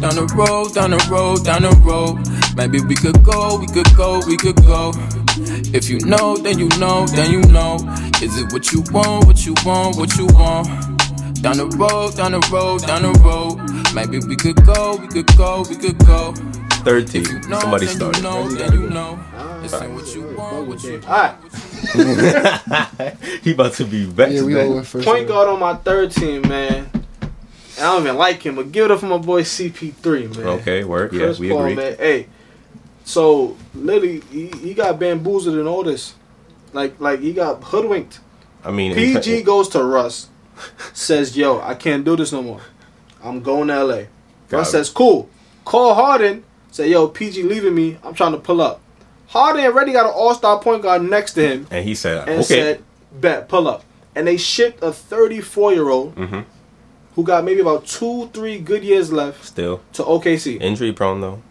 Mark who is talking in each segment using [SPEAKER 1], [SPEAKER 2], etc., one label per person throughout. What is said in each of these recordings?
[SPEAKER 1] down the road, down the road, down the road. Maybe we could go, we could go, we could go. If you know, then you know, then you know. Is it what you want, what you want, what you want? Down the road, down the road, down the road. Maybe we could go, we could go, we could go.
[SPEAKER 2] Third team.
[SPEAKER 1] You know,
[SPEAKER 2] Somebody
[SPEAKER 1] then
[SPEAKER 2] started.
[SPEAKER 1] You know, then you know. Listen, what you want, what you
[SPEAKER 3] Alright.
[SPEAKER 2] he about to be vexed.
[SPEAKER 4] Yeah, we
[SPEAKER 2] man.
[SPEAKER 4] all went first.
[SPEAKER 3] Point guard on my third team, man. And I don't even like him, but give it up for my boy CP3, man.
[SPEAKER 2] Okay, work. Yeah,
[SPEAKER 3] Chris
[SPEAKER 2] we
[SPEAKER 3] Paul,
[SPEAKER 2] agree.
[SPEAKER 3] man. Hey, so literally, he, he got bamboozled in all this. Like, like he got hoodwinked.
[SPEAKER 2] I mean, in-
[SPEAKER 3] PG goes to Russ, says, "Yo, I can't do this no more. I'm going to LA."
[SPEAKER 2] Got
[SPEAKER 3] Russ
[SPEAKER 2] it.
[SPEAKER 3] says, "Cool." Call Harden, say, "Yo, PG leaving me. I'm trying to pull up." Harden already got an All Star point guard next to him,
[SPEAKER 2] and he said,
[SPEAKER 3] and
[SPEAKER 2] okay.
[SPEAKER 3] said, "Bet, pull up." And they shipped a 34 year old
[SPEAKER 2] Mhm.
[SPEAKER 3] who got maybe about two, three good years left
[SPEAKER 2] Still
[SPEAKER 3] to OKC.
[SPEAKER 2] injury prone though.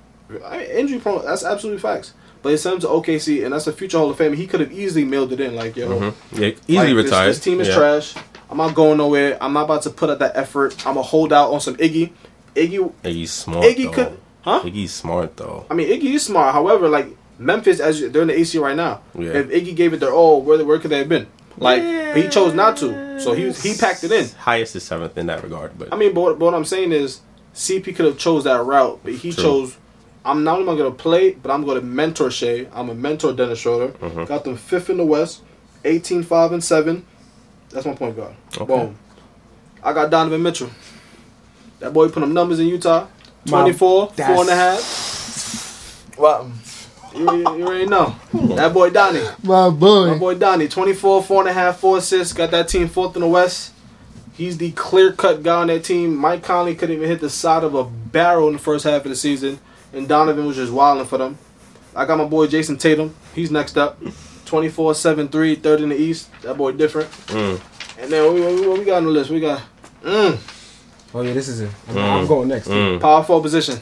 [SPEAKER 3] I mean, injury prone. That's absolutely facts. But he sent him to OKC, and that's a future Hall of Fame. He could have easily mailed it in, like yo,
[SPEAKER 2] Yeah,
[SPEAKER 3] like,
[SPEAKER 2] Mm-hmm. easily
[SPEAKER 3] this-
[SPEAKER 2] retired.
[SPEAKER 3] This, team is
[SPEAKER 2] Yeah.
[SPEAKER 3] trash. I'm not going nowhere. I'm not about to put out that effort. I'm gonna hold out on some Iggy. Iggy,
[SPEAKER 2] Iggy's smart.
[SPEAKER 3] Iggy
[SPEAKER 2] though.
[SPEAKER 3] could, huh?
[SPEAKER 2] Iggy's smart though.
[SPEAKER 3] I mean, Iggy is smart. However, like Memphis, as you- they're in the AC right now.
[SPEAKER 2] Yeah.
[SPEAKER 3] If Iggy gave it their all, where where could they have been? Like he chose not to, so he was- he packed it in.
[SPEAKER 2] Highest is seventh in that regard, but
[SPEAKER 3] I mean, but what, but what I'm saying is, CP could have chose that route, but he
[SPEAKER 2] True.
[SPEAKER 3] chose. I'm not only gonna play, but I'm gonna mentor Shea. I'm a mentor Dennis Schroeder.
[SPEAKER 2] Uh-huh.
[SPEAKER 3] Got them fifth in the West, 18, 5, and seven. That's my point guard.
[SPEAKER 2] Okay.
[SPEAKER 3] Boom. I got Donovan Mitchell. That boy put them numbers in Utah. 24,
[SPEAKER 4] that's-
[SPEAKER 3] four and a half. Well, you, you already know. That boy Donnie.
[SPEAKER 4] My boy.
[SPEAKER 3] My boy Donnie, 24, four and a half, four assists, got that team fourth in the West. He's the clear cut guy on that team. Mike Conley couldn't even hit the side of a barrel in the first half of the season, and Donovan was just wilding for them. I got my boy Jason Tatum. He's next up. 24, 7, 3, third in the East. That boy different.
[SPEAKER 2] Mm.
[SPEAKER 3] And then what we, what we got on the list? We got mm,
[SPEAKER 4] Oh yeah, this is it. I'm, I'm going next.
[SPEAKER 2] Mm.
[SPEAKER 3] power forward position.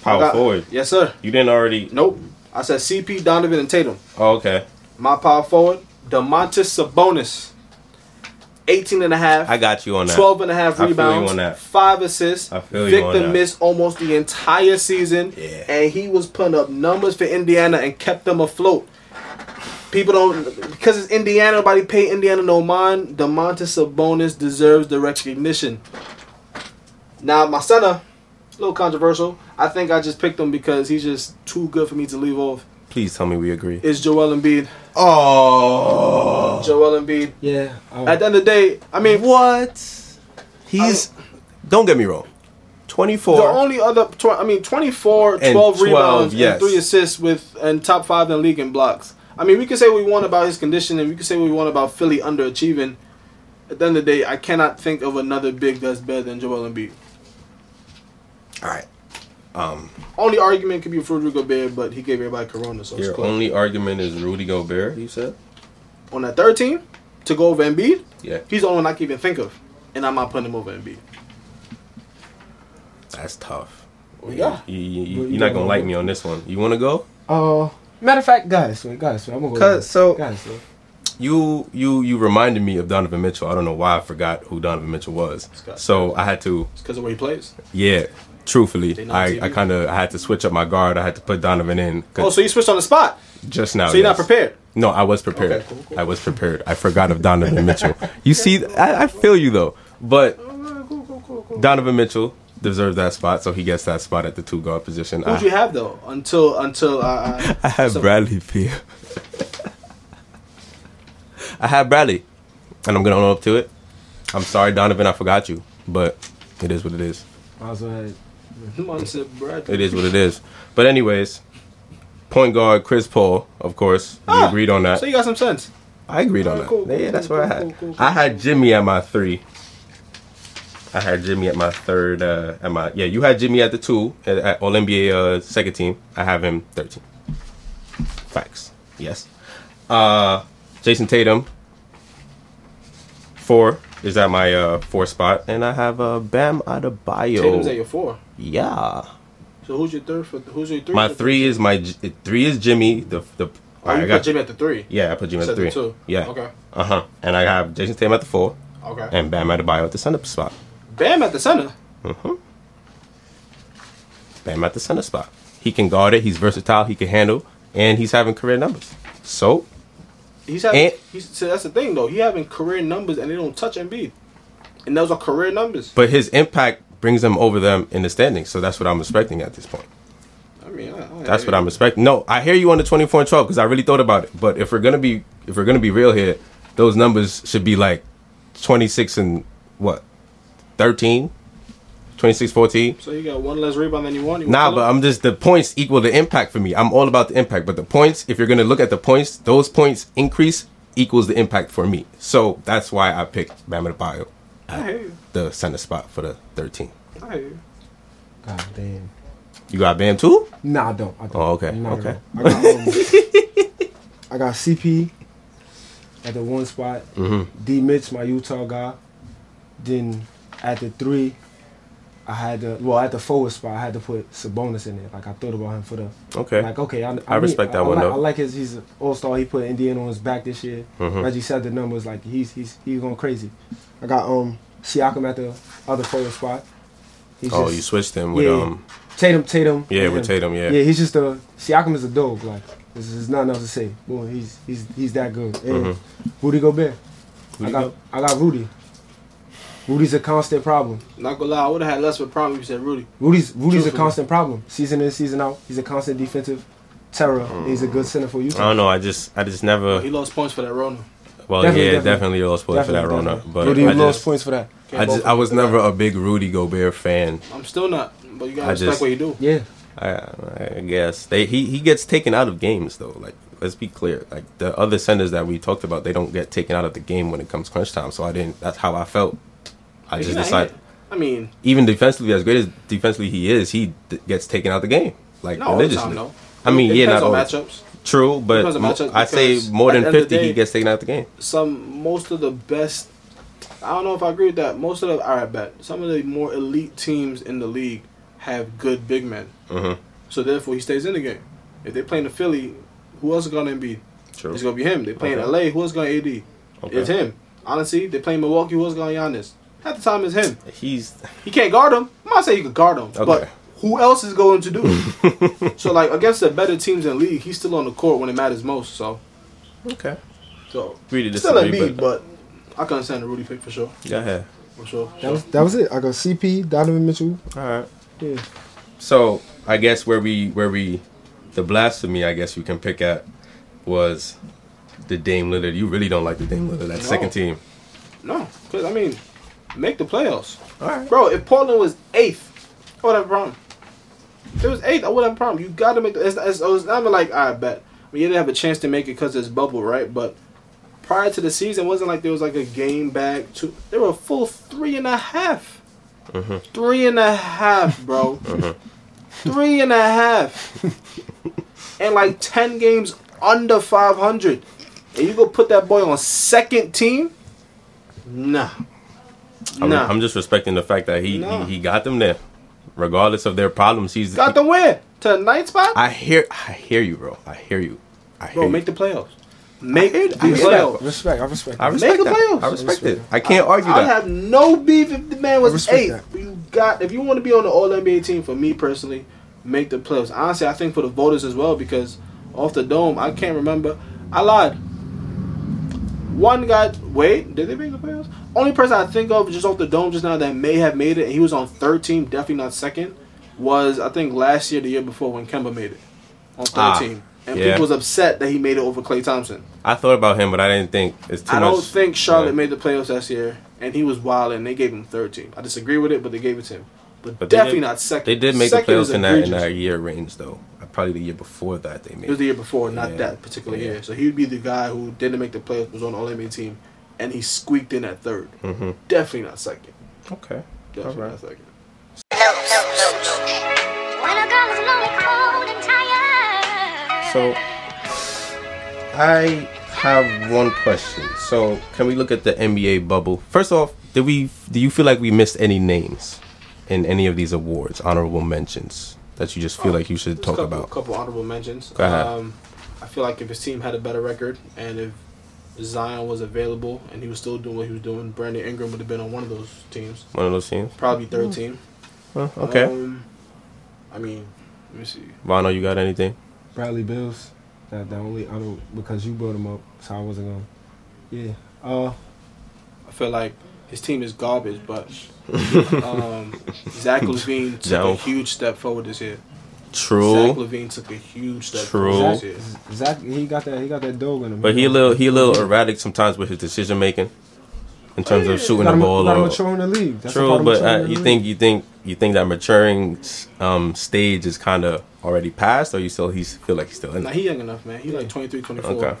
[SPEAKER 3] I
[SPEAKER 2] power
[SPEAKER 3] got-
[SPEAKER 2] forward.
[SPEAKER 3] Yes, sir.
[SPEAKER 2] You didn't already.
[SPEAKER 3] Nope. I said CP, Donovan, and Tatum.
[SPEAKER 2] Oh, okay.
[SPEAKER 3] My power forward, DeMontis Sabonis. 18 and a half.
[SPEAKER 2] I got you on that.
[SPEAKER 3] 12 and a half
[SPEAKER 2] I feel you
[SPEAKER 3] rebounds,
[SPEAKER 2] on that.
[SPEAKER 3] five assists.
[SPEAKER 2] I feel you
[SPEAKER 3] Victor
[SPEAKER 2] on that.
[SPEAKER 3] missed almost the entire season,
[SPEAKER 2] Yeah.
[SPEAKER 3] and he was putting up numbers for Indiana and kept them afloat. People don't because it's Indiana. Nobody pay Indiana no mind. Demontis Sabonis deserves the recognition. Now my center, a little controversial. I think I just picked him because he's just too good for me to leave off.
[SPEAKER 2] Please tell me we agree.
[SPEAKER 3] Is Joel Embiid?
[SPEAKER 2] Oh,
[SPEAKER 3] Joel Embiid.
[SPEAKER 4] Yeah. I-
[SPEAKER 3] At the end of the day, I mean,
[SPEAKER 2] what? He's. don't get me wrong. Twenty-four.
[SPEAKER 3] The only other, tw- I mean, 24,
[SPEAKER 2] And
[SPEAKER 3] 12
[SPEAKER 2] 12,
[SPEAKER 3] rebounds,
[SPEAKER 2] yes.
[SPEAKER 3] and three assists with and top five in the league in blocks. I mean, we can say what we want about his condition, and we can say what we want about Philly underachieving. At the end of the day, I cannot think of another big that's better than Joel Embiid.
[SPEAKER 2] all right. Um,
[SPEAKER 3] Only argument could be Rudy Gobert, but he gave everybody Corona, so it's
[SPEAKER 2] your
[SPEAKER 3] cool.
[SPEAKER 2] only argument is Rudy Gobert. You said.
[SPEAKER 3] On that third team, to go over Embiid,
[SPEAKER 2] Yeah,
[SPEAKER 3] he's the only one I can even think of, and I'm not putting him over Embiid.
[SPEAKER 2] that's tough.
[SPEAKER 3] Yeah.
[SPEAKER 2] You, you,
[SPEAKER 4] Well, you
[SPEAKER 2] are not
[SPEAKER 4] don't
[SPEAKER 2] gonna
[SPEAKER 4] know
[SPEAKER 2] like
[SPEAKER 4] what-
[SPEAKER 2] me on this one. You wanna go?
[SPEAKER 4] Uh, matter of fact, guys, wait, guys, wait, I'm gonna go.
[SPEAKER 2] Cause-
[SPEAKER 4] next.
[SPEAKER 2] so-
[SPEAKER 4] guys, wait.
[SPEAKER 2] You you you reminded me of Donovan Mitchell. I don't know why I forgot who Donovan Mitchell was.
[SPEAKER 3] Scott.
[SPEAKER 2] So I had to
[SPEAKER 3] It's because of where he plays.
[SPEAKER 2] yeah. Truthfully,
[SPEAKER 3] They not
[SPEAKER 2] I,
[SPEAKER 3] TV.
[SPEAKER 2] I kind of I had to switch up my guard. I had to put Donovan in 'cause
[SPEAKER 3] Oh, so you switched on the spot.
[SPEAKER 2] just now.
[SPEAKER 3] Oh, So you're not
[SPEAKER 2] Oh, yes.
[SPEAKER 3] prepared.
[SPEAKER 2] No, I was prepared.
[SPEAKER 3] Okay, cool, cool.
[SPEAKER 2] I was prepared. I forgot of Donovan Mitchell. You see, I, I feel you though. But
[SPEAKER 3] Oh,
[SPEAKER 2] Donovan Mitchell deserves that spot, so he gets that spot at the two guard position.
[SPEAKER 3] Who'd you
[SPEAKER 2] I,
[SPEAKER 3] have though? Until until uh, I, I,
[SPEAKER 2] I have
[SPEAKER 3] so-
[SPEAKER 2] Bradley Beal. I have Bradley, and I'm gonna own up to it. I'm sorry, Donovan. I forgot you, but it is what it is.
[SPEAKER 4] Might as well have-
[SPEAKER 3] Monson Bradley.
[SPEAKER 2] It is what it is. But anyways, point guard Chris Paul, of course, we
[SPEAKER 3] Ah,
[SPEAKER 2] agreed on that.
[SPEAKER 3] So you got some sense.
[SPEAKER 2] I agreed on
[SPEAKER 3] Alright,
[SPEAKER 2] that.
[SPEAKER 3] cool, cool,
[SPEAKER 2] yeah, that's
[SPEAKER 3] cool,
[SPEAKER 2] what I
[SPEAKER 3] cool,
[SPEAKER 2] had.
[SPEAKER 3] cool, cool,
[SPEAKER 2] I had Jimmy at my three. I had Jimmy at my third. Uh, at my yeah, you had Jimmy at the two at, at All NBA uh, second team. I have him thirteen. Facts. Yes. Uh, Jason Tatum. Four is at my uh, four spot, and I have uh, Bam Adebayo.
[SPEAKER 3] Tatum's at your four.
[SPEAKER 2] yeah.
[SPEAKER 3] So who's your third for? Who's your three?
[SPEAKER 2] My
[SPEAKER 3] for-
[SPEAKER 2] three is my J- three is Jimmy. The the.
[SPEAKER 3] Oh, you
[SPEAKER 2] I
[SPEAKER 3] put
[SPEAKER 2] got
[SPEAKER 3] Jimmy at the three.
[SPEAKER 2] Yeah, I put Jimmy at
[SPEAKER 3] Said
[SPEAKER 2] the
[SPEAKER 3] the
[SPEAKER 2] three.
[SPEAKER 3] two.
[SPEAKER 2] Yeah.
[SPEAKER 3] Okay.
[SPEAKER 2] Uh huh. And I have Jason Tatum at the four
[SPEAKER 3] Okay.
[SPEAKER 2] and Bam Adebayo at the center spot.
[SPEAKER 3] Bam at the center.
[SPEAKER 2] Mhm. Bam at the center spot. He can guard it. He's versatile. He can handle, and he's having career numbers. So
[SPEAKER 3] He's having.
[SPEAKER 2] And-
[SPEAKER 3] he's, so that's the thing though. He having career numbers and they don't touch Embiid, and those are career numbers.
[SPEAKER 2] But his impact brings them over them in the standings. So that's what I'm expecting at this point.
[SPEAKER 3] I mean, I, I,
[SPEAKER 2] That's what I'm expecting. No, I hear you on the 24 and 12 because I really thought about it. But if we're gonna be if we're gonna be real here, those numbers should be like 26 and what 13, 26, 14.
[SPEAKER 3] So you got one less rebound than you want. You
[SPEAKER 2] Nah,
[SPEAKER 3] wanna-
[SPEAKER 2] but I'm just the points equal the impact for me. I'm all about the impact, but the points. If you're gonna look at the points, those points increase equals the impact for me. So that's why I picked Bam Adebayo,
[SPEAKER 3] I hear you.
[SPEAKER 2] the center spot for the 13.
[SPEAKER 3] I hear you.
[SPEAKER 4] God damn.
[SPEAKER 2] You got Bam too?
[SPEAKER 4] Nah, I don't. I don't.
[SPEAKER 2] Oh, okay,
[SPEAKER 4] Not at
[SPEAKER 2] okay.
[SPEAKER 4] all. I got, um, I got CP at the one spot.
[SPEAKER 2] Mm-hmm.
[SPEAKER 4] D Mitch, my Utah guy. Then at the three, I had to, well, at the forward spot, I had to put Sabonis in there. Like, I thought about him for the,
[SPEAKER 2] Okay.
[SPEAKER 4] like, okay, I,
[SPEAKER 2] I respect that
[SPEAKER 4] I,
[SPEAKER 2] one,
[SPEAKER 4] like,
[SPEAKER 2] though.
[SPEAKER 4] I like his, he's an all star. He put Indiana on his back this year.
[SPEAKER 2] Mm-hmm.
[SPEAKER 4] Reggie said the numbers, like, he's he's he's going crazy. I got um Siakam at the other forward spot. He's
[SPEAKER 2] Oh,
[SPEAKER 4] just-
[SPEAKER 2] you switched him with
[SPEAKER 4] yeah.
[SPEAKER 2] um.
[SPEAKER 4] Tatum, Tatum.
[SPEAKER 2] Yeah,
[SPEAKER 4] and
[SPEAKER 2] with
[SPEAKER 4] him.
[SPEAKER 2] Tatum, yeah.
[SPEAKER 4] Yeah, he's just a Siakam is a dog. Like there's, there's nothing else to say. Boy, he's he's he's that good. And Rudy Gobert. I
[SPEAKER 2] Mm-hmm. Rudy
[SPEAKER 4] got
[SPEAKER 2] Go-
[SPEAKER 4] I got Rudy. Rudy's a constant problem.
[SPEAKER 3] Not gonna lie, I would have had less of a problem if you said Rudy.
[SPEAKER 4] Rudy's Rudy's a
[SPEAKER 3] Truthfully.
[SPEAKER 4] constant problem. Season in, season out. He's a constant defensive terror.
[SPEAKER 2] Mm.
[SPEAKER 4] He's a good center for
[SPEAKER 2] I
[SPEAKER 4] Utah.
[SPEAKER 2] don't know. I just, I just never.
[SPEAKER 3] He lost points for that Rona.
[SPEAKER 2] Well,
[SPEAKER 4] Definitely,
[SPEAKER 2] yeah,
[SPEAKER 4] definitely.
[SPEAKER 2] definitely lost points for that
[SPEAKER 4] Definitely,
[SPEAKER 2] Rona,
[SPEAKER 4] definitely.
[SPEAKER 2] but
[SPEAKER 4] Rudy
[SPEAKER 2] I
[SPEAKER 4] lost
[SPEAKER 2] just,
[SPEAKER 4] points for that.
[SPEAKER 2] I just, I was never a big Rudy Gobert fan.
[SPEAKER 3] I'm still not, but you gotta
[SPEAKER 2] I
[SPEAKER 3] respect
[SPEAKER 2] just-
[SPEAKER 3] what you do.
[SPEAKER 4] Yeah.
[SPEAKER 2] I, I guess they he he gets taken out of games though. Like let's be clear. Like the other centers that we talked about, they don't get taken out of the game when it comes crunch time. So I didn't. That's how I felt. I
[SPEAKER 3] He's
[SPEAKER 2] just
[SPEAKER 3] not-
[SPEAKER 2] decided.
[SPEAKER 3] I mean,
[SPEAKER 2] Even defensively, as great as defensively he is, he d- gets taken out of the game. Like
[SPEAKER 3] not all the
[SPEAKER 2] religiously.
[SPEAKER 3] time though.
[SPEAKER 2] I mean,
[SPEAKER 3] It
[SPEAKER 2] yeah,
[SPEAKER 3] depends
[SPEAKER 2] not all.
[SPEAKER 3] on
[SPEAKER 2] the-
[SPEAKER 3] matchups.
[SPEAKER 2] True, but
[SPEAKER 3] Because of
[SPEAKER 2] mo-
[SPEAKER 3] matchups,
[SPEAKER 2] I say
[SPEAKER 3] because
[SPEAKER 2] more
[SPEAKER 3] at
[SPEAKER 2] than
[SPEAKER 3] the end of
[SPEAKER 2] fifty,
[SPEAKER 3] the
[SPEAKER 2] he
[SPEAKER 3] day-
[SPEAKER 2] gets taken out of the game.
[SPEAKER 3] Some most of the best. I don't know if I agree with that. Most of the all right, bet some of the more elite teams in the league have good big men.
[SPEAKER 2] Mhm.
[SPEAKER 3] So therefore, he stays in the game. If they playing the Philly, who else is gonna be?
[SPEAKER 2] True.
[SPEAKER 3] It's gonna be him. They playing
[SPEAKER 2] Okay.
[SPEAKER 3] LA, who else gonna AD?
[SPEAKER 2] Okay.
[SPEAKER 3] It's him. Honestly, they playing Milwaukee, who else gonna Giannis? Half the time, it's him.
[SPEAKER 2] He's
[SPEAKER 3] He can't guard him. I'm not saying he could guard him, but
[SPEAKER 2] Okay.
[SPEAKER 3] who else is going to do it? so like against the better teams in the league, he's still on the court when it matters most. So
[SPEAKER 2] okay.
[SPEAKER 3] so
[SPEAKER 2] Agree to
[SPEAKER 3] still
[SPEAKER 2] disagree,
[SPEAKER 3] Embiid, but, but I can understand the Rudy pick for sure.
[SPEAKER 2] Go ahead.
[SPEAKER 3] For sure.
[SPEAKER 4] That was that was it. I got CP, Donovan Mitchell.
[SPEAKER 2] All right.
[SPEAKER 4] Yeah.
[SPEAKER 2] So I guess where we where we the blasphemy I guess you can pick at was the Dame Lillard. You really don't like the Dame Lillard that second team.
[SPEAKER 3] no, because I mean, make the playoffs,
[SPEAKER 2] All right.
[SPEAKER 3] bro. If Portland was eighth, I would have a problem. If it was eighth, I would have a problem. You got to make the. It's, it's, it's not even like I bet. I mean, you didn't have a chance to make it because it's bubble, right? But prior to the season, it wasn't like there was like a game back. Two, they were a full three and a half. Three and a half, bro. Three and a half, and like ten games under five hundred. And you go put that boy on second team? Nah.
[SPEAKER 2] I'm,
[SPEAKER 3] nah.
[SPEAKER 2] I'm just respecting the fact that he,
[SPEAKER 3] No.
[SPEAKER 2] he he got them there, regardless of their problems. He's
[SPEAKER 3] Got the win to the ninth spot?
[SPEAKER 2] I hear I hear you, bro. I hear you. I hear
[SPEAKER 3] Bro,
[SPEAKER 2] you.
[SPEAKER 3] make the playoffs. Make the
[SPEAKER 2] I hear that,
[SPEAKER 3] playoffs.
[SPEAKER 4] Respect. I respect.
[SPEAKER 2] I
[SPEAKER 4] that.
[SPEAKER 2] respect
[SPEAKER 3] the
[SPEAKER 2] that.
[SPEAKER 3] playoffs.
[SPEAKER 2] I respect
[SPEAKER 4] I
[SPEAKER 2] it. I can't argue
[SPEAKER 3] I would
[SPEAKER 2] that.
[SPEAKER 3] have no beef if the man
[SPEAKER 4] I
[SPEAKER 3] was
[SPEAKER 4] respect
[SPEAKER 3] eighth. You got if you want to be on the All NBA team. For me personally, make the playoffs. Honestly, I think for the voters as well because off the dome, I can't remember. I lied. One guy, wait, did they make the playoffs? Only person I think of just off the dome just now that may have made it, and he was on third team, definitely not second, was I think last year, the year before when Kemba made it on third
[SPEAKER 2] Ah,
[SPEAKER 3] team, and
[SPEAKER 2] yeah.
[SPEAKER 3] people was upset that he made it over Clay Thompson.
[SPEAKER 2] I thought about him, but I didn't think it's too
[SPEAKER 3] I
[SPEAKER 2] much.
[SPEAKER 3] don't think Charlotte
[SPEAKER 2] Yeah.
[SPEAKER 3] made the playoffs last year, and he was wild, and they gave him third team. I disagree with it, but they gave it to him. But,
[SPEAKER 2] But they
[SPEAKER 3] definitely
[SPEAKER 2] did-
[SPEAKER 3] not second.
[SPEAKER 2] They did make the
[SPEAKER 3] Second is
[SPEAKER 2] playoffs in that in
[SPEAKER 3] egregious.
[SPEAKER 2] that year range though. Probably the year before that they made.
[SPEAKER 3] It was the year before, not
[SPEAKER 2] Yeah.
[SPEAKER 3] that particular
[SPEAKER 2] Yeah.
[SPEAKER 3] year. So he would be the guy who didn't make the playoffs, was on the All NBA team, and he squeaked in at 3rd
[SPEAKER 2] Mm-hmm.
[SPEAKER 3] Definitely not second.
[SPEAKER 2] Okay.
[SPEAKER 3] Definitely
[SPEAKER 2] Alright.
[SPEAKER 3] not second.
[SPEAKER 5] When a girl is lonely, cold, and tired.
[SPEAKER 2] So, I have one question. So, can we look at the NBA bubble? First off, did we? Do you feel like we missed any names in any of these awards, honorable mentions that you just feel like you should talk
[SPEAKER 3] couple,
[SPEAKER 2] about?
[SPEAKER 3] couple honorable mentions.
[SPEAKER 2] Go ahead.
[SPEAKER 3] Um, I feel like if his team had a better record and if Zion was available and he was still doing what he was doing, Brandon Ingram would have been on one of those teams,
[SPEAKER 2] One of those teams.
[SPEAKER 3] probably third team.
[SPEAKER 2] Well, okay.
[SPEAKER 3] Um, I mean, let me see.
[SPEAKER 2] Vano, you got anything?
[SPEAKER 4] Bradley Bills. That the only other because you brought him up, so I wasn't going. to Yeah. Uh,
[SPEAKER 3] I feel like his team is garbage, but um, Zach Levine took a
[SPEAKER 2] Joe.
[SPEAKER 3] huge step forward this year. Zach
[SPEAKER 2] True.
[SPEAKER 3] Levine took a huge step
[SPEAKER 2] True.
[SPEAKER 3] forward this
[SPEAKER 4] Zach,
[SPEAKER 3] year.
[SPEAKER 4] Zach, he got that. He got that dog in him.
[SPEAKER 2] But he a little he a little erratic sometimes with his decision making, in terms of shooting
[SPEAKER 4] got
[SPEAKER 2] the
[SPEAKER 4] him,
[SPEAKER 2] ball.
[SPEAKER 4] got him
[SPEAKER 2] or-
[SPEAKER 4] mature in the league. That's a part
[SPEAKER 2] True,
[SPEAKER 4] of
[SPEAKER 2] but
[SPEAKER 4] maturing
[SPEAKER 2] uh,
[SPEAKER 4] in
[SPEAKER 2] you
[SPEAKER 4] the
[SPEAKER 2] think
[SPEAKER 4] league.
[SPEAKER 2] you think you think that maturing um, stage is kind of already passed, or you still he's feel like he's still in
[SPEAKER 3] Nah,
[SPEAKER 2] it?
[SPEAKER 3] he young enough, man. He like 23, 24.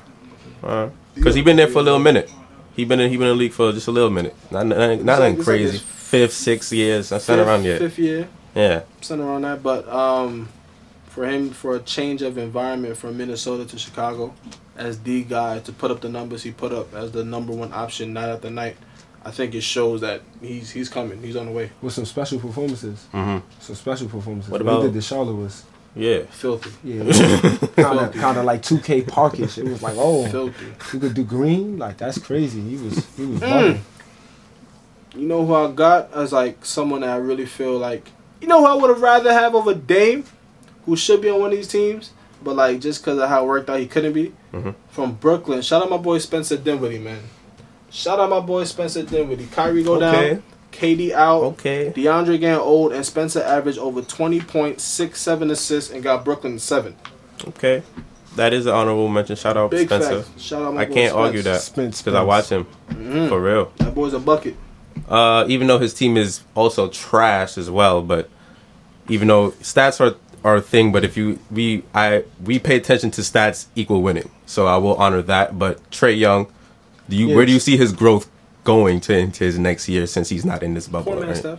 [SPEAKER 2] Okay, because he been there for a little minute. He been in, he been in the league for just a little minute. Not not, not
[SPEAKER 3] like-
[SPEAKER 2] nothing
[SPEAKER 3] it's like
[SPEAKER 2] crazy.
[SPEAKER 3] his
[SPEAKER 2] Fifth, sixth years. That's not
[SPEAKER 3] Fifth-
[SPEAKER 2] around yet.
[SPEAKER 3] Fifth year,
[SPEAKER 2] Yeah,
[SPEAKER 3] something around that. But um, for him, for a change of environment from Minnesota to Chicago, as the guy to put up the numbers he put up as the number one option night after night, I think it shows that he's he's coming. He's on the way.
[SPEAKER 4] with some special performances,
[SPEAKER 2] Mhm.
[SPEAKER 4] some special performances.
[SPEAKER 2] What
[SPEAKER 4] What
[SPEAKER 2] about-
[SPEAKER 4] about he did the Charlotte was
[SPEAKER 2] yeah.
[SPEAKER 3] Filthy,
[SPEAKER 4] yeah, kind of kind of like two K parkish. It was like oh,
[SPEAKER 3] filthy.
[SPEAKER 4] you could do green like that's crazy. He was he
[SPEAKER 3] Mm,
[SPEAKER 4] was bugging.
[SPEAKER 3] You know who I got as like someone that I really feel like you know who I would have rather have over Dame, who should be on one of these teams, but like just because of how it worked out, he couldn't be.
[SPEAKER 2] Mhm.
[SPEAKER 3] From Brooklyn, shout out my boy Spencer Dinwiddie, man. Shout out my boy Spencer Dinwiddie. Kyrie go
[SPEAKER 2] Okay.
[SPEAKER 3] down, KD out,
[SPEAKER 2] Okay.
[SPEAKER 3] DeAndre getting old, and Spencer averaged over twenty point six seven assists and got Brooklyn seven.
[SPEAKER 2] Okay. That is an honorable mention. Shout out
[SPEAKER 3] Big
[SPEAKER 2] Spencer.
[SPEAKER 3] facts. Shout out my
[SPEAKER 2] I
[SPEAKER 3] boy
[SPEAKER 2] can't
[SPEAKER 3] Spence. Mm.
[SPEAKER 2] argue that
[SPEAKER 4] Spence,
[SPEAKER 2] because I
[SPEAKER 4] Spence.
[SPEAKER 2] watch him for real.
[SPEAKER 3] That boy's a bucket.
[SPEAKER 2] Uh, even though his team is also trash as well, but even though stats are are a thing, but if you we I we pay attention to stats equal winning, so I will honor that. But Trey Young, do you where do you see his growth going to into his next year since he's not in this bubble?
[SPEAKER 3] Poor man
[SPEAKER 2] right?
[SPEAKER 3] Steph.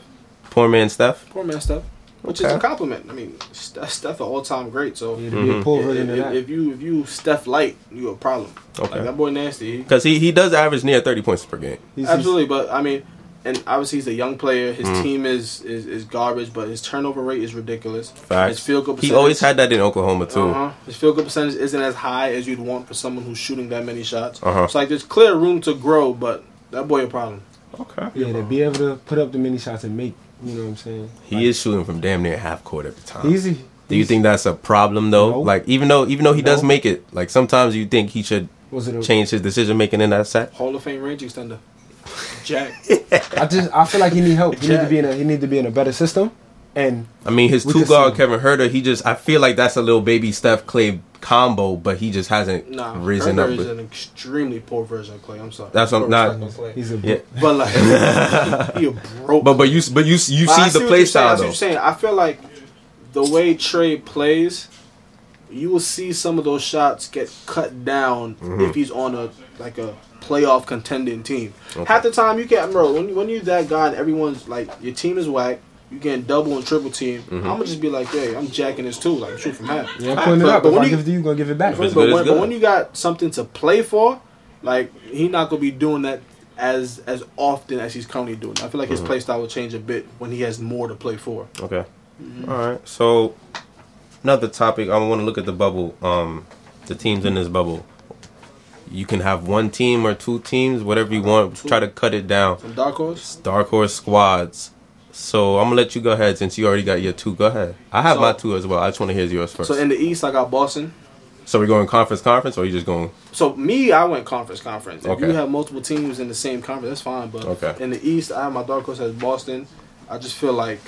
[SPEAKER 2] Poor man Steph.
[SPEAKER 3] Poor man Steph. Which is
[SPEAKER 2] Okay.
[SPEAKER 3] a compliment. I mean, Steph, Steph an all time great. So
[SPEAKER 4] Yeah, to
[SPEAKER 2] Mhm.
[SPEAKER 4] be a poor
[SPEAKER 3] If,
[SPEAKER 4] version of
[SPEAKER 3] if,
[SPEAKER 4] that.
[SPEAKER 3] if you if you Steph Light, you a problem.
[SPEAKER 2] Okay.
[SPEAKER 3] Like that boy nasty. He-
[SPEAKER 2] Because he, he does average near thirty points per game.
[SPEAKER 4] He's- he's-
[SPEAKER 3] Absolutely, but I mean, and obviously he's a young player. His
[SPEAKER 2] Mhm.
[SPEAKER 3] team is, is is garbage, but his turnover rate is ridiculous.
[SPEAKER 2] Facts.
[SPEAKER 3] His field goal
[SPEAKER 2] He
[SPEAKER 3] percentage,
[SPEAKER 2] always had that in Oklahoma too.
[SPEAKER 3] Uh-huh. His field goal percentage isn't as high as you'd want for someone who's shooting that many shots.
[SPEAKER 2] Uh-huh.
[SPEAKER 3] So like, there's clear room to grow, but that boy a problem.
[SPEAKER 2] Okay.
[SPEAKER 4] Yeah, to be able to put up the many shots and make, you know what I'm saying?
[SPEAKER 2] He
[SPEAKER 4] Like,
[SPEAKER 2] is shooting from damn near half court every time.
[SPEAKER 4] easy.
[SPEAKER 2] Do you think that's a problem though?
[SPEAKER 4] No.
[SPEAKER 2] Like even though even though he does
[SPEAKER 4] No.
[SPEAKER 2] make it, like sometimes you think he should
[SPEAKER 4] was it a,
[SPEAKER 2] change his decision making in that set.
[SPEAKER 3] Hall of Fame range extender, Jack.
[SPEAKER 4] I just I feel like he need help. He need
[SPEAKER 3] Jack.
[SPEAKER 4] to be in a he need to be in a better system. And
[SPEAKER 2] I mean his
[SPEAKER 4] We
[SPEAKER 2] two
[SPEAKER 4] could
[SPEAKER 2] guard
[SPEAKER 4] see.
[SPEAKER 2] Kevin Herter, he just I feel like that's a little baby Steph Clay combo, but he just hasn't
[SPEAKER 3] Nah,
[SPEAKER 2] risen
[SPEAKER 3] Herter
[SPEAKER 2] up.
[SPEAKER 3] is
[SPEAKER 2] with-
[SPEAKER 3] an extremely poor version of Clay. I'm sorry.
[SPEAKER 2] That's what I'm-
[SPEAKER 3] Poor
[SPEAKER 2] nah.
[SPEAKER 3] respect on Clay.
[SPEAKER 4] he's a
[SPEAKER 2] Yeah.
[SPEAKER 3] But like, he a broke.
[SPEAKER 2] But but you s- but you s- you
[SPEAKER 3] But I
[SPEAKER 2] see the
[SPEAKER 3] what
[SPEAKER 2] play
[SPEAKER 3] you're saying,
[SPEAKER 2] style
[SPEAKER 3] I see what
[SPEAKER 2] though.
[SPEAKER 3] you're saying. I feel like the way Trey plays, you will see some of those shots get cut down
[SPEAKER 2] Mm-hmm.
[SPEAKER 3] if he's on a like a playoff contending team. Half the time you can't, bro. When when you that guy and everyone's like your team is whack, you getting double and triple team.
[SPEAKER 2] Mm-hmm.
[SPEAKER 3] I'm gonna just be like, hey, I'm jacking this too. Like shoot from half.
[SPEAKER 4] Yeah, I'm putting it
[SPEAKER 3] But-
[SPEAKER 4] up.
[SPEAKER 3] but
[SPEAKER 4] if
[SPEAKER 3] when
[SPEAKER 4] I
[SPEAKER 3] you-
[SPEAKER 4] give it to you, you gonna give it back.
[SPEAKER 2] But-
[SPEAKER 3] But
[SPEAKER 2] it's
[SPEAKER 3] when, but
[SPEAKER 2] good.
[SPEAKER 3] when you got something to play for, like he not gonna be doing that as as often as he's currently doing. I feel like his
[SPEAKER 2] Mm-hmm.
[SPEAKER 3] play style will change a bit when he has more to play for.
[SPEAKER 2] Okay.
[SPEAKER 3] Mm-hmm.
[SPEAKER 2] All right. So another topic. I want to look at the bubble. Um, the teams in this bubble. You can have one team or two teams, whatever you want. Try to cut it down.
[SPEAKER 3] From Dark Horse,
[SPEAKER 2] Dark Horse squads. So I'm gonna let you go ahead since you already got your two. Go ahead. I have
[SPEAKER 3] So-
[SPEAKER 2] my two as well. I just want to hear yours first.
[SPEAKER 3] So
[SPEAKER 2] So,
[SPEAKER 3] in the East, I got Boston.
[SPEAKER 2] we're going conference, conference, or you just going?
[SPEAKER 3] So me, I went conference, conference. If
[SPEAKER 2] Okay.
[SPEAKER 3] you have multiple teams in the same conference, that's fine. But
[SPEAKER 2] Okay.
[SPEAKER 3] in the East, I have my dark horse as Boston. I just feel like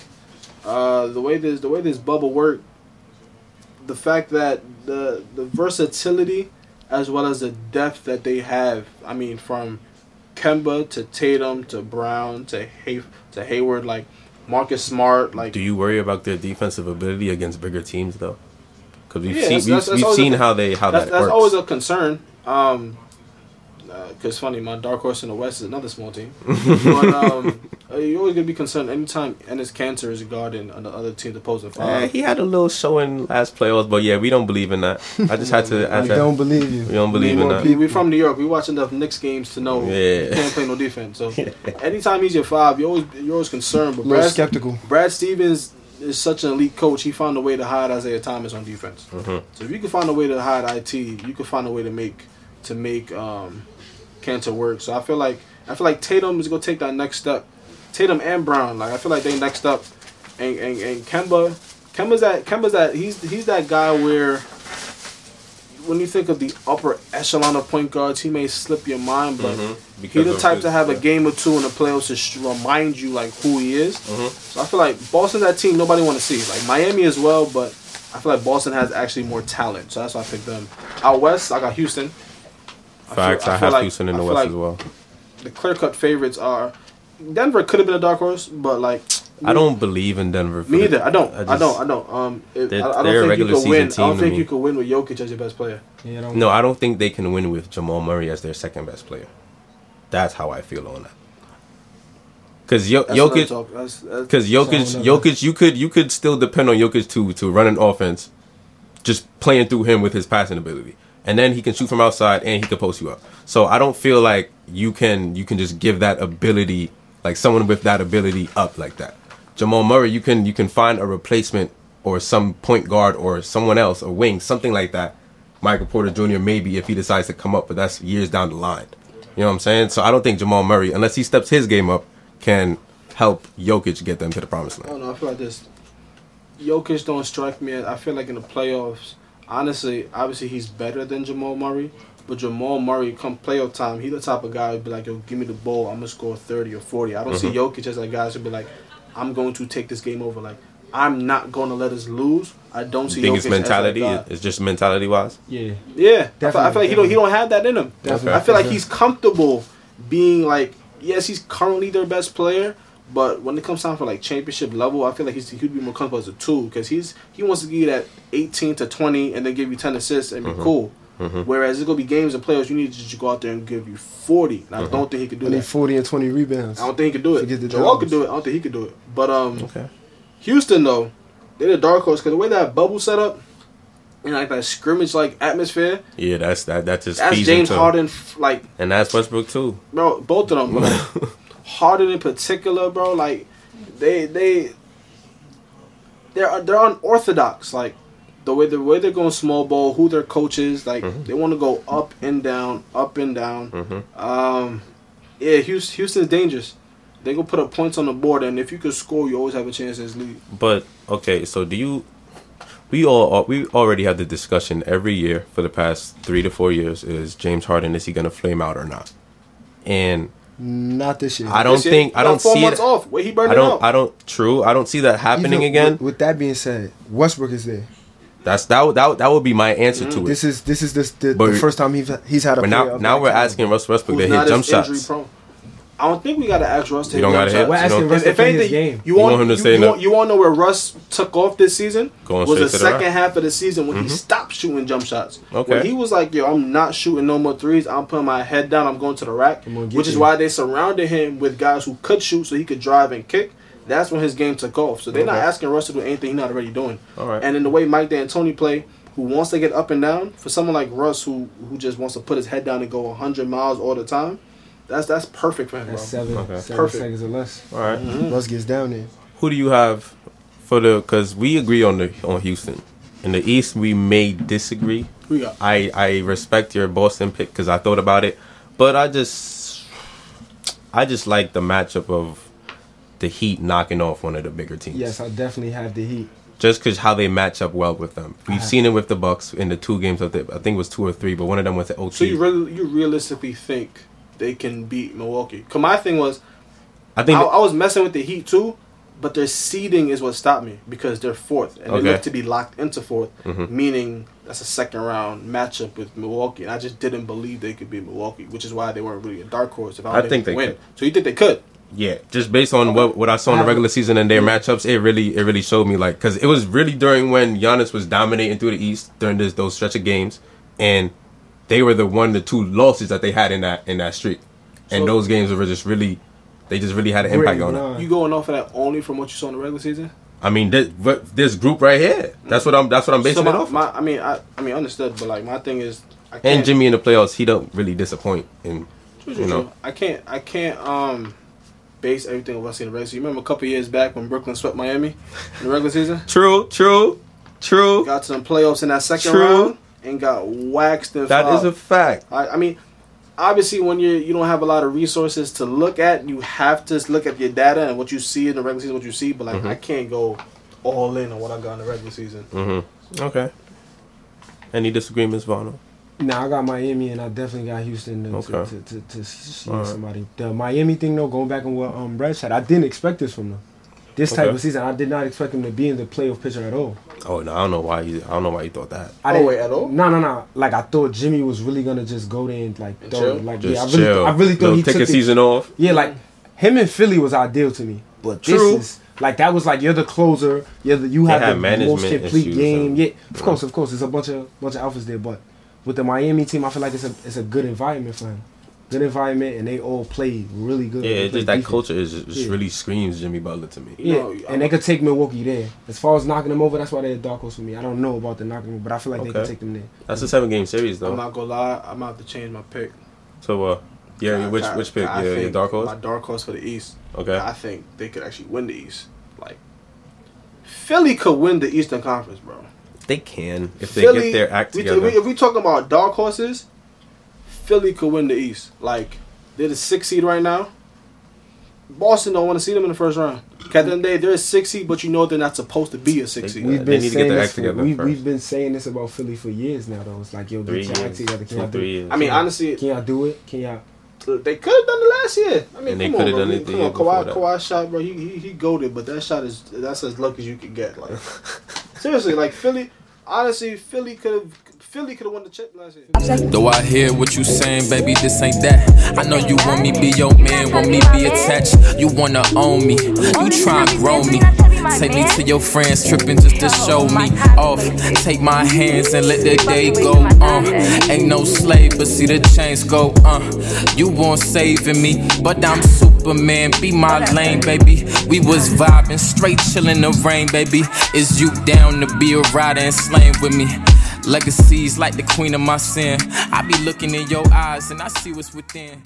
[SPEAKER 3] uh, the way this the way this bubble worked, the fact that the the versatility as well as the depth that they have. I mean, from Kemba to Tatum to Brown to Hay to Hayward, like Marcus Smart, like
[SPEAKER 2] Do you worry about their defensive ability against bigger teams though? Because we've
[SPEAKER 3] Yeah,
[SPEAKER 2] seen
[SPEAKER 3] that's-
[SPEAKER 2] we've,
[SPEAKER 3] that's- that's
[SPEAKER 2] we've
[SPEAKER 3] always
[SPEAKER 2] seen
[SPEAKER 3] a-
[SPEAKER 2] how they how
[SPEAKER 3] that's,
[SPEAKER 2] that
[SPEAKER 3] that's
[SPEAKER 2] works.
[SPEAKER 3] always a concern. Um, because funny, my dark horse in the West is another small team. but um, uh, you're always gonna be concerned anytime Ennis Cancer is guarding another team to pose a foul.
[SPEAKER 2] Eh, he had a little showing last playoffs, but yeah, we don't believe in that. I just had to. I
[SPEAKER 4] I
[SPEAKER 2] had-
[SPEAKER 4] don't believe you.
[SPEAKER 2] we don't
[SPEAKER 3] I
[SPEAKER 2] believe
[SPEAKER 3] mean,
[SPEAKER 2] in
[SPEAKER 3] we,
[SPEAKER 2] that.
[SPEAKER 3] we from New York. We watch enough Knicks games to know
[SPEAKER 2] Yeah.
[SPEAKER 3] you can't play no defense. So anytime he's your five, you're always you're always concerned. But
[SPEAKER 4] I'm a little
[SPEAKER 3] Brad,
[SPEAKER 4] skeptical.
[SPEAKER 3] Brad Stevens is such an elite coach. He found a way to hide Isaiah Thomas on defense. So if you can find a way to hide it, you can find a way to make to make um, Cantor work. So I feel like I feel like Tatum is gonna take that next step. Tatum and Brown, like I feel like they next up, and and, and Kemba. Kemba's that Kemba's that he's he's that guy where when you think of the upper echelon of point guards, he may slip your mind, but
[SPEAKER 2] because
[SPEAKER 3] he's
[SPEAKER 2] of
[SPEAKER 3] the type
[SPEAKER 2] his-
[SPEAKER 3] to have
[SPEAKER 2] yeah.
[SPEAKER 3] a game or two in the playoffs to sh- remind you like who he is.
[SPEAKER 2] Mm-hmm.
[SPEAKER 3] So I feel like Boston's that team nobody want to see. Like Miami as well, but I feel like Boston has actually more talent, so that's why I picked them. Out west, I got Houston.
[SPEAKER 2] Facts. I,
[SPEAKER 3] I feel
[SPEAKER 2] have
[SPEAKER 3] like-
[SPEAKER 2] Houston in
[SPEAKER 3] I
[SPEAKER 2] the
[SPEAKER 3] feel
[SPEAKER 2] West
[SPEAKER 3] like
[SPEAKER 2] as well.
[SPEAKER 3] The clear cut favorites are Denver could have been a dark horse, but like
[SPEAKER 2] I don't believe in Denver. for
[SPEAKER 3] Me
[SPEAKER 2] the-
[SPEAKER 3] either. I don't. I,
[SPEAKER 2] just-
[SPEAKER 3] don't. I don't. Um, if,
[SPEAKER 2] They're-
[SPEAKER 3] I, I
[SPEAKER 2] they're a
[SPEAKER 3] don't think you
[SPEAKER 2] regular
[SPEAKER 3] can
[SPEAKER 2] season
[SPEAKER 3] win. I
[SPEAKER 2] team
[SPEAKER 3] don't
[SPEAKER 2] to
[SPEAKER 3] think
[SPEAKER 2] me.
[SPEAKER 3] you can win with Jokic as your best player.
[SPEAKER 4] Yeah, don't-
[SPEAKER 2] No, I don't think they can win with Jamal Murray as their second best player. That's how I feel on that. Because Yo-
[SPEAKER 3] That's another
[SPEAKER 2] Jokic,
[SPEAKER 3] talk. That's, that's,
[SPEAKER 2] because Jokic,
[SPEAKER 4] So, no.
[SPEAKER 2] Jokic, you could you could still depend on Jokic to to run an offense, just playing through him with his passing ability, and then he can shoot from outside and he can post you up. So I don't feel like you can you can just give that ability like someone with that ability up like that. Jamal Murray, you can you can find a replacement or some point guard or someone else a wing something like that. Michael Porter Jr. maybe if he decides to come up, but that's years down the line. You know what I'm saying? So I don't think Jamal Murray, unless he steps his game up, can help Jokic get them to the promised
[SPEAKER 3] I don't
[SPEAKER 2] land.
[SPEAKER 3] know. I feel like this. Jokic don't strike me. as- I feel like in the playoffs, honestly, obviously he's better than Jamal Murray. But Jamal Murray, come playoff time, he the type of guy who'd be like, "Yo, give me the ball. I'm gonna score 30 or 40." I don't see
[SPEAKER 2] Mm-hmm.
[SPEAKER 3] Jokic as that guy who'd be like, "I'm going to take this game over." Like, I'm not gonna let us lose. I don't see
[SPEAKER 2] You think
[SPEAKER 3] Jokic
[SPEAKER 2] it's
[SPEAKER 3] as that
[SPEAKER 2] mentality?
[SPEAKER 3] guy.
[SPEAKER 2] It's just mentality wise.
[SPEAKER 4] Yeah.
[SPEAKER 3] Yeah, I feel, I
[SPEAKER 4] Definitely,
[SPEAKER 3] feel like he don't he don't have that in him.
[SPEAKER 4] Definitely.
[SPEAKER 3] I feel like
[SPEAKER 4] Okay.
[SPEAKER 3] he's comfortable being like, yes, he's currently their best player, but when it comes time for like championship level, I feel like he's, he'd be more comfortable as a two because he's he wants to give you that eighteen to twenty and then give you ten assists and be cool. Whereas it's gonna be games and players you need to just go out there and give you forty, and I don't think he could do
[SPEAKER 4] I need
[SPEAKER 3] that.
[SPEAKER 4] 40 and 20 rebounds.
[SPEAKER 3] I don't think he could do
[SPEAKER 4] Forget the
[SPEAKER 3] it. Joel could
[SPEAKER 4] doubles.
[SPEAKER 3] do it. I don't think he could do it. But um,
[SPEAKER 2] Okay.
[SPEAKER 3] Houston though, they're the dark horse because the way that bubble set up and like that scrimmage like atmosphere,
[SPEAKER 2] Yeah, that's that. That just
[SPEAKER 3] that's
[SPEAKER 2] feeds
[SPEAKER 3] James
[SPEAKER 2] into-
[SPEAKER 3] Harden f- like
[SPEAKER 2] and that's Westbrook too.
[SPEAKER 3] bro, both of them, bro. Harden in particular, bro. Like they they they're they're unorthodox. Like the way the way they're going small ball, who their coach is. Like
[SPEAKER 2] Mm-hmm.
[SPEAKER 3] they want to go up and down, up and down. Um, yeah, Houston, Houston's dangerous. They gonna put up points on the board, and if you can score, you always have a chance in this league.
[SPEAKER 2] But okay, so do you? We all uh, we already have the discussion every year for the past three to four years. Is James Harden is he gonna flame out or not? And
[SPEAKER 4] Not this year.
[SPEAKER 2] I don't
[SPEAKER 3] This year,
[SPEAKER 2] think
[SPEAKER 3] he
[SPEAKER 2] I
[SPEAKER 3] got
[SPEAKER 2] don't
[SPEAKER 3] four
[SPEAKER 2] see
[SPEAKER 3] months
[SPEAKER 2] it.
[SPEAKER 3] off. Where he burning
[SPEAKER 2] I don't.
[SPEAKER 3] out?
[SPEAKER 2] I don't. True. I don't see that
[SPEAKER 4] Even
[SPEAKER 2] happening
[SPEAKER 4] with-
[SPEAKER 2] again.
[SPEAKER 4] With, that being said, Westbrook is there.
[SPEAKER 2] That's that. would- That would- that would be my answer to it.
[SPEAKER 4] This is this is this, the,
[SPEAKER 2] But-
[SPEAKER 4] the first time he's he's had a.
[SPEAKER 2] but now,
[SPEAKER 4] playoff
[SPEAKER 2] now we're
[SPEAKER 4] like-
[SPEAKER 2] asking Russ Westbrook to
[SPEAKER 3] Who's
[SPEAKER 2] hit
[SPEAKER 3] not
[SPEAKER 2] jump
[SPEAKER 3] as injury
[SPEAKER 2] shots.
[SPEAKER 3] prone? I don't think we gotta ask Russ to
[SPEAKER 2] You don't
[SPEAKER 3] hit jump
[SPEAKER 2] gotta hit-
[SPEAKER 3] shots.
[SPEAKER 4] We're
[SPEAKER 2] You
[SPEAKER 4] asking
[SPEAKER 2] know,
[SPEAKER 4] Russ
[SPEAKER 3] If,
[SPEAKER 4] to
[SPEAKER 3] if
[SPEAKER 4] play his
[SPEAKER 3] anything,
[SPEAKER 4] game.
[SPEAKER 3] you want,
[SPEAKER 2] want him to
[SPEAKER 3] you,
[SPEAKER 2] stay in
[SPEAKER 3] you
[SPEAKER 2] the-
[SPEAKER 3] want, you want to know where Russ took off this season
[SPEAKER 2] Going
[SPEAKER 3] was
[SPEAKER 2] straight
[SPEAKER 3] the
[SPEAKER 2] to the rack?
[SPEAKER 3] second half of the season
[SPEAKER 4] Mm-hmm.
[SPEAKER 3] when he stopped shooting jump shots.
[SPEAKER 2] Okay.
[SPEAKER 3] When he was like, "Yo, I'm not shooting no more threes. I'm putting my head down. I'm going to the rack,"
[SPEAKER 4] I'm gonna get
[SPEAKER 3] which is
[SPEAKER 4] you.
[SPEAKER 3] why they surrounded him with guys who could shoot, so he could drive and kick. That's when his game took off. So they're not
[SPEAKER 2] Okay.
[SPEAKER 3] asking Russ to do anything he's not already doing.
[SPEAKER 2] All right.
[SPEAKER 3] And in the way Mike D'Antoni play, who wants to get up and down, for someone like Russ who who just wants to put his head down and go 100 miles all the time, that's that's perfect for him.
[SPEAKER 4] That's
[SPEAKER 3] bro.
[SPEAKER 4] seven,
[SPEAKER 2] Okay.
[SPEAKER 4] seven
[SPEAKER 3] Perfect.
[SPEAKER 4] seconds or less.
[SPEAKER 2] All right.
[SPEAKER 4] Mm-hmm. Russ gets down there.
[SPEAKER 2] Who do you have for the? Because we agree on the on Houston. In the East, we may disagree.
[SPEAKER 3] Who you got?
[SPEAKER 2] I I respect your Boston pick because I thought about it, but I just I just like the matchup of the Heat knocking off one of the bigger teams.
[SPEAKER 4] Yes, I definitely have the heat.
[SPEAKER 2] just because how they match up well with them. We've seen it with the Bucks in the two games of the I think it was two or three, but one of them went to OT.
[SPEAKER 3] So you really, you realistically think they can beat Milwaukee? Cause my thing was
[SPEAKER 2] I
[SPEAKER 3] I,
[SPEAKER 2] think
[SPEAKER 3] I was messing with the Heat too, but their seeding is what stopped me because they're fourth and
[SPEAKER 2] Okay. Mm-hmm.
[SPEAKER 3] they look to be locked into 4th meaning that's a second round matchup with Milwaukee. And I just didn't believe they could beat Milwaukee, which is why they weren't really a dark horse. If I,
[SPEAKER 2] I think
[SPEAKER 3] think they
[SPEAKER 2] they
[SPEAKER 3] could win,
[SPEAKER 2] could.
[SPEAKER 3] so you think they could?
[SPEAKER 2] Yeah, just based on what, what I saw in the regular season and their matchups, it really it really showed me like because it was really during when Giannis was dominating through the East during this, those stretch of games, and they were the one the two losses that they had in that in that streak, and
[SPEAKER 3] So-
[SPEAKER 2] those games were just really they just really had an impact on it.
[SPEAKER 4] Written
[SPEAKER 3] You
[SPEAKER 4] line.
[SPEAKER 3] going off of that only from what you saw in the regular season?
[SPEAKER 2] I mean this what- this group right here that's what I'm that's what I'm
[SPEAKER 3] So
[SPEAKER 2] basing
[SPEAKER 3] my,
[SPEAKER 2] it off. of.
[SPEAKER 3] my- I mean, I, I mean, understood, but like my thing is, I
[SPEAKER 2] and
[SPEAKER 3] can't,
[SPEAKER 2] Jimmy in the playoffs, he don't really disappoint, and
[SPEAKER 3] True,
[SPEAKER 2] you
[SPEAKER 3] true,
[SPEAKER 2] know
[SPEAKER 3] true. I can't I can't um base everything on what I see in the regular season. You remember a couple years back when Brooklyn swept Miami in the regular season?
[SPEAKER 2] true true true
[SPEAKER 3] Got to the playoffs in that second
[SPEAKER 2] True.
[SPEAKER 3] round and got waxed and
[SPEAKER 2] that is a fact.
[SPEAKER 3] I, I mean, obviously, when you you don't have a lot of resources
[SPEAKER 2] Mm-hmm.
[SPEAKER 3] to look at, you have to look at your data and what you see in the regular season, what you see. But like, I can't go. all in on what I got in the regular season.
[SPEAKER 2] Okay. Any disagreements, Vano?
[SPEAKER 4] Nah, I got Miami and I definitely got Houston to to,
[SPEAKER 2] Okay.
[SPEAKER 4] to, to, to see
[SPEAKER 2] Alright.
[SPEAKER 4] somebody. The Miami thing though, going back on what um Brad said, I didn't expect this from them. This type
[SPEAKER 2] Okay.
[SPEAKER 4] of season, I did not expect them to be in the playoff picture at all.
[SPEAKER 2] Oh no, I don't know why you. I don't know why you thought that.
[SPEAKER 4] I
[SPEAKER 3] Oh,
[SPEAKER 4] didn't-
[SPEAKER 3] wait, at all?
[SPEAKER 4] No, no, no. Like I thought Jimmy was really gonna just go there and like throw,
[SPEAKER 3] chill?
[SPEAKER 4] like
[SPEAKER 2] Just
[SPEAKER 4] yeah, I really,
[SPEAKER 2] chill.
[SPEAKER 4] I really thought
[SPEAKER 2] Little
[SPEAKER 4] he
[SPEAKER 2] take
[SPEAKER 4] took
[SPEAKER 2] a
[SPEAKER 4] the-
[SPEAKER 2] season off.
[SPEAKER 4] Yeah, like him and Philly was ideal to me, but
[SPEAKER 2] True.
[SPEAKER 4] this is like that was like you're the closer, you're the, you have
[SPEAKER 2] had
[SPEAKER 4] the most
[SPEAKER 2] management
[SPEAKER 4] complete
[SPEAKER 2] issues
[SPEAKER 4] game.
[SPEAKER 2] and-
[SPEAKER 4] Yeah, of course, of course, there's a bunch of bunch of alphas there, but with the Miami team, I feel like it's a it's a good environment for him, good environment, and they all play really good.
[SPEAKER 2] Yeah,
[SPEAKER 4] They
[SPEAKER 2] it's
[SPEAKER 4] play
[SPEAKER 2] just that
[SPEAKER 4] defense.
[SPEAKER 2] culture is just, just
[SPEAKER 4] Yeah.
[SPEAKER 2] really screams Jimmy Butler to me.
[SPEAKER 4] Yeah,
[SPEAKER 3] No, I'm-
[SPEAKER 4] and they could take Milwaukee there. As far as knocking them over, that's why they're a dark horse for me. I don't know about the knocking them, but I feel like they could
[SPEAKER 2] Okay.
[SPEAKER 4] take them there.
[SPEAKER 2] That's a seven game series
[SPEAKER 3] I'm
[SPEAKER 2] though.
[SPEAKER 3] not gonna lie, I'm about to change my pick.
[SPEAKER 2] so uh, yeah,
[SPEAKER 3] I-
[SPEAKER 2] which
[SPEAKER 3] I-
[SPEAKER 2] which pick?
[SPEAKER 3] I
[SPEAKER 2] yeah, your
[SPEAKER 3] think
[SPEAKER 2] dark horse.
[SPEAKER 3] My dark horse for the East.
[SPEAKER 2] Okay.
[SPEAKER 3] I think they could actually win the East. Like Philly could win the Eastern Conference, bro.
[SPEAKER 2] They can if they
[SPEAKER 3] Philly,
[SPEAKER 2] get their act
[SPEAKER 3] we-
[SPEAKER 2] together.
[SPEAKER 3] If we, if we talking about dark horses, Philly could win the East. Like they're the sixth seed right now. Boston don't want to see them in the first round. 'Cause At the end of the day, they're a six seed, but you know they're not supposed to be a six
[SPEAKER 2] They-
[SPEAKER 3] seed.
[SPEAKER 2] we- they
[SPEAKER 4] We've been
[SPEAKER 2] need to get
[SPEAKER 4] saying
[SPEAKER 2] their
[SPEAKER 4] this.
[SPEAKER 2] act together
[SPEAKER 4] for- we,
[SPEAKER 2] first.
[SPEAKER 4] we've been saying this about Philly for years now, though. It's like, yo,
[SPEAKER 2] three
[SPEAKER 4] get your act
[SPEAKER 2] years,
[SPEAKER 4] together. Can
[SPEAKER 2] two,
[SPEAKER 4] y'all
[SPEAKER 2] three
[SPEAKER 4] do?
[SPEAKER 2] years.
[SPEAKER 3] I mean, honestly,
[SPEAKER 4] Can y'all do it? Can y'all?
[SPEAKER 3] they could have done it last year. I mean,
[SPEAKER 2] And they
[SPEAKER 3] come on,
[SPEAKER 2] coulda
[SPEAKER 3] bro.
[SPEAKER 2] done it the
[SPEAKER 3] come on,
[SPEAKER 2] year before
[SPEAKER 3] Kawhi,
[SPEAKER 2] that.
[SPEAKER 3] Kawhi shot, bro. He he, he goaded, but that shot is that's as luck as you could get. Like seriously, like Philly. Honestly, Philly could have Philly could have won the chip last year.
[SPEAKER 1] Though I hear what you saying, baby, this ain't that. I know you want me be your man, want me be attached. You wanna own me, you try and grow me. Take me to your friends, tripping just to show me off. Take my hands and let the day go on. Ain't no slave, but see the chains go on. You want saving me, but I'm Superman. Be my lane, baby. We was vibing, straight chilling the rain, baby. Is you down to be a rider and slain with me? Legacies like the queen of my sin. I be looking in your eyes and I see what's within.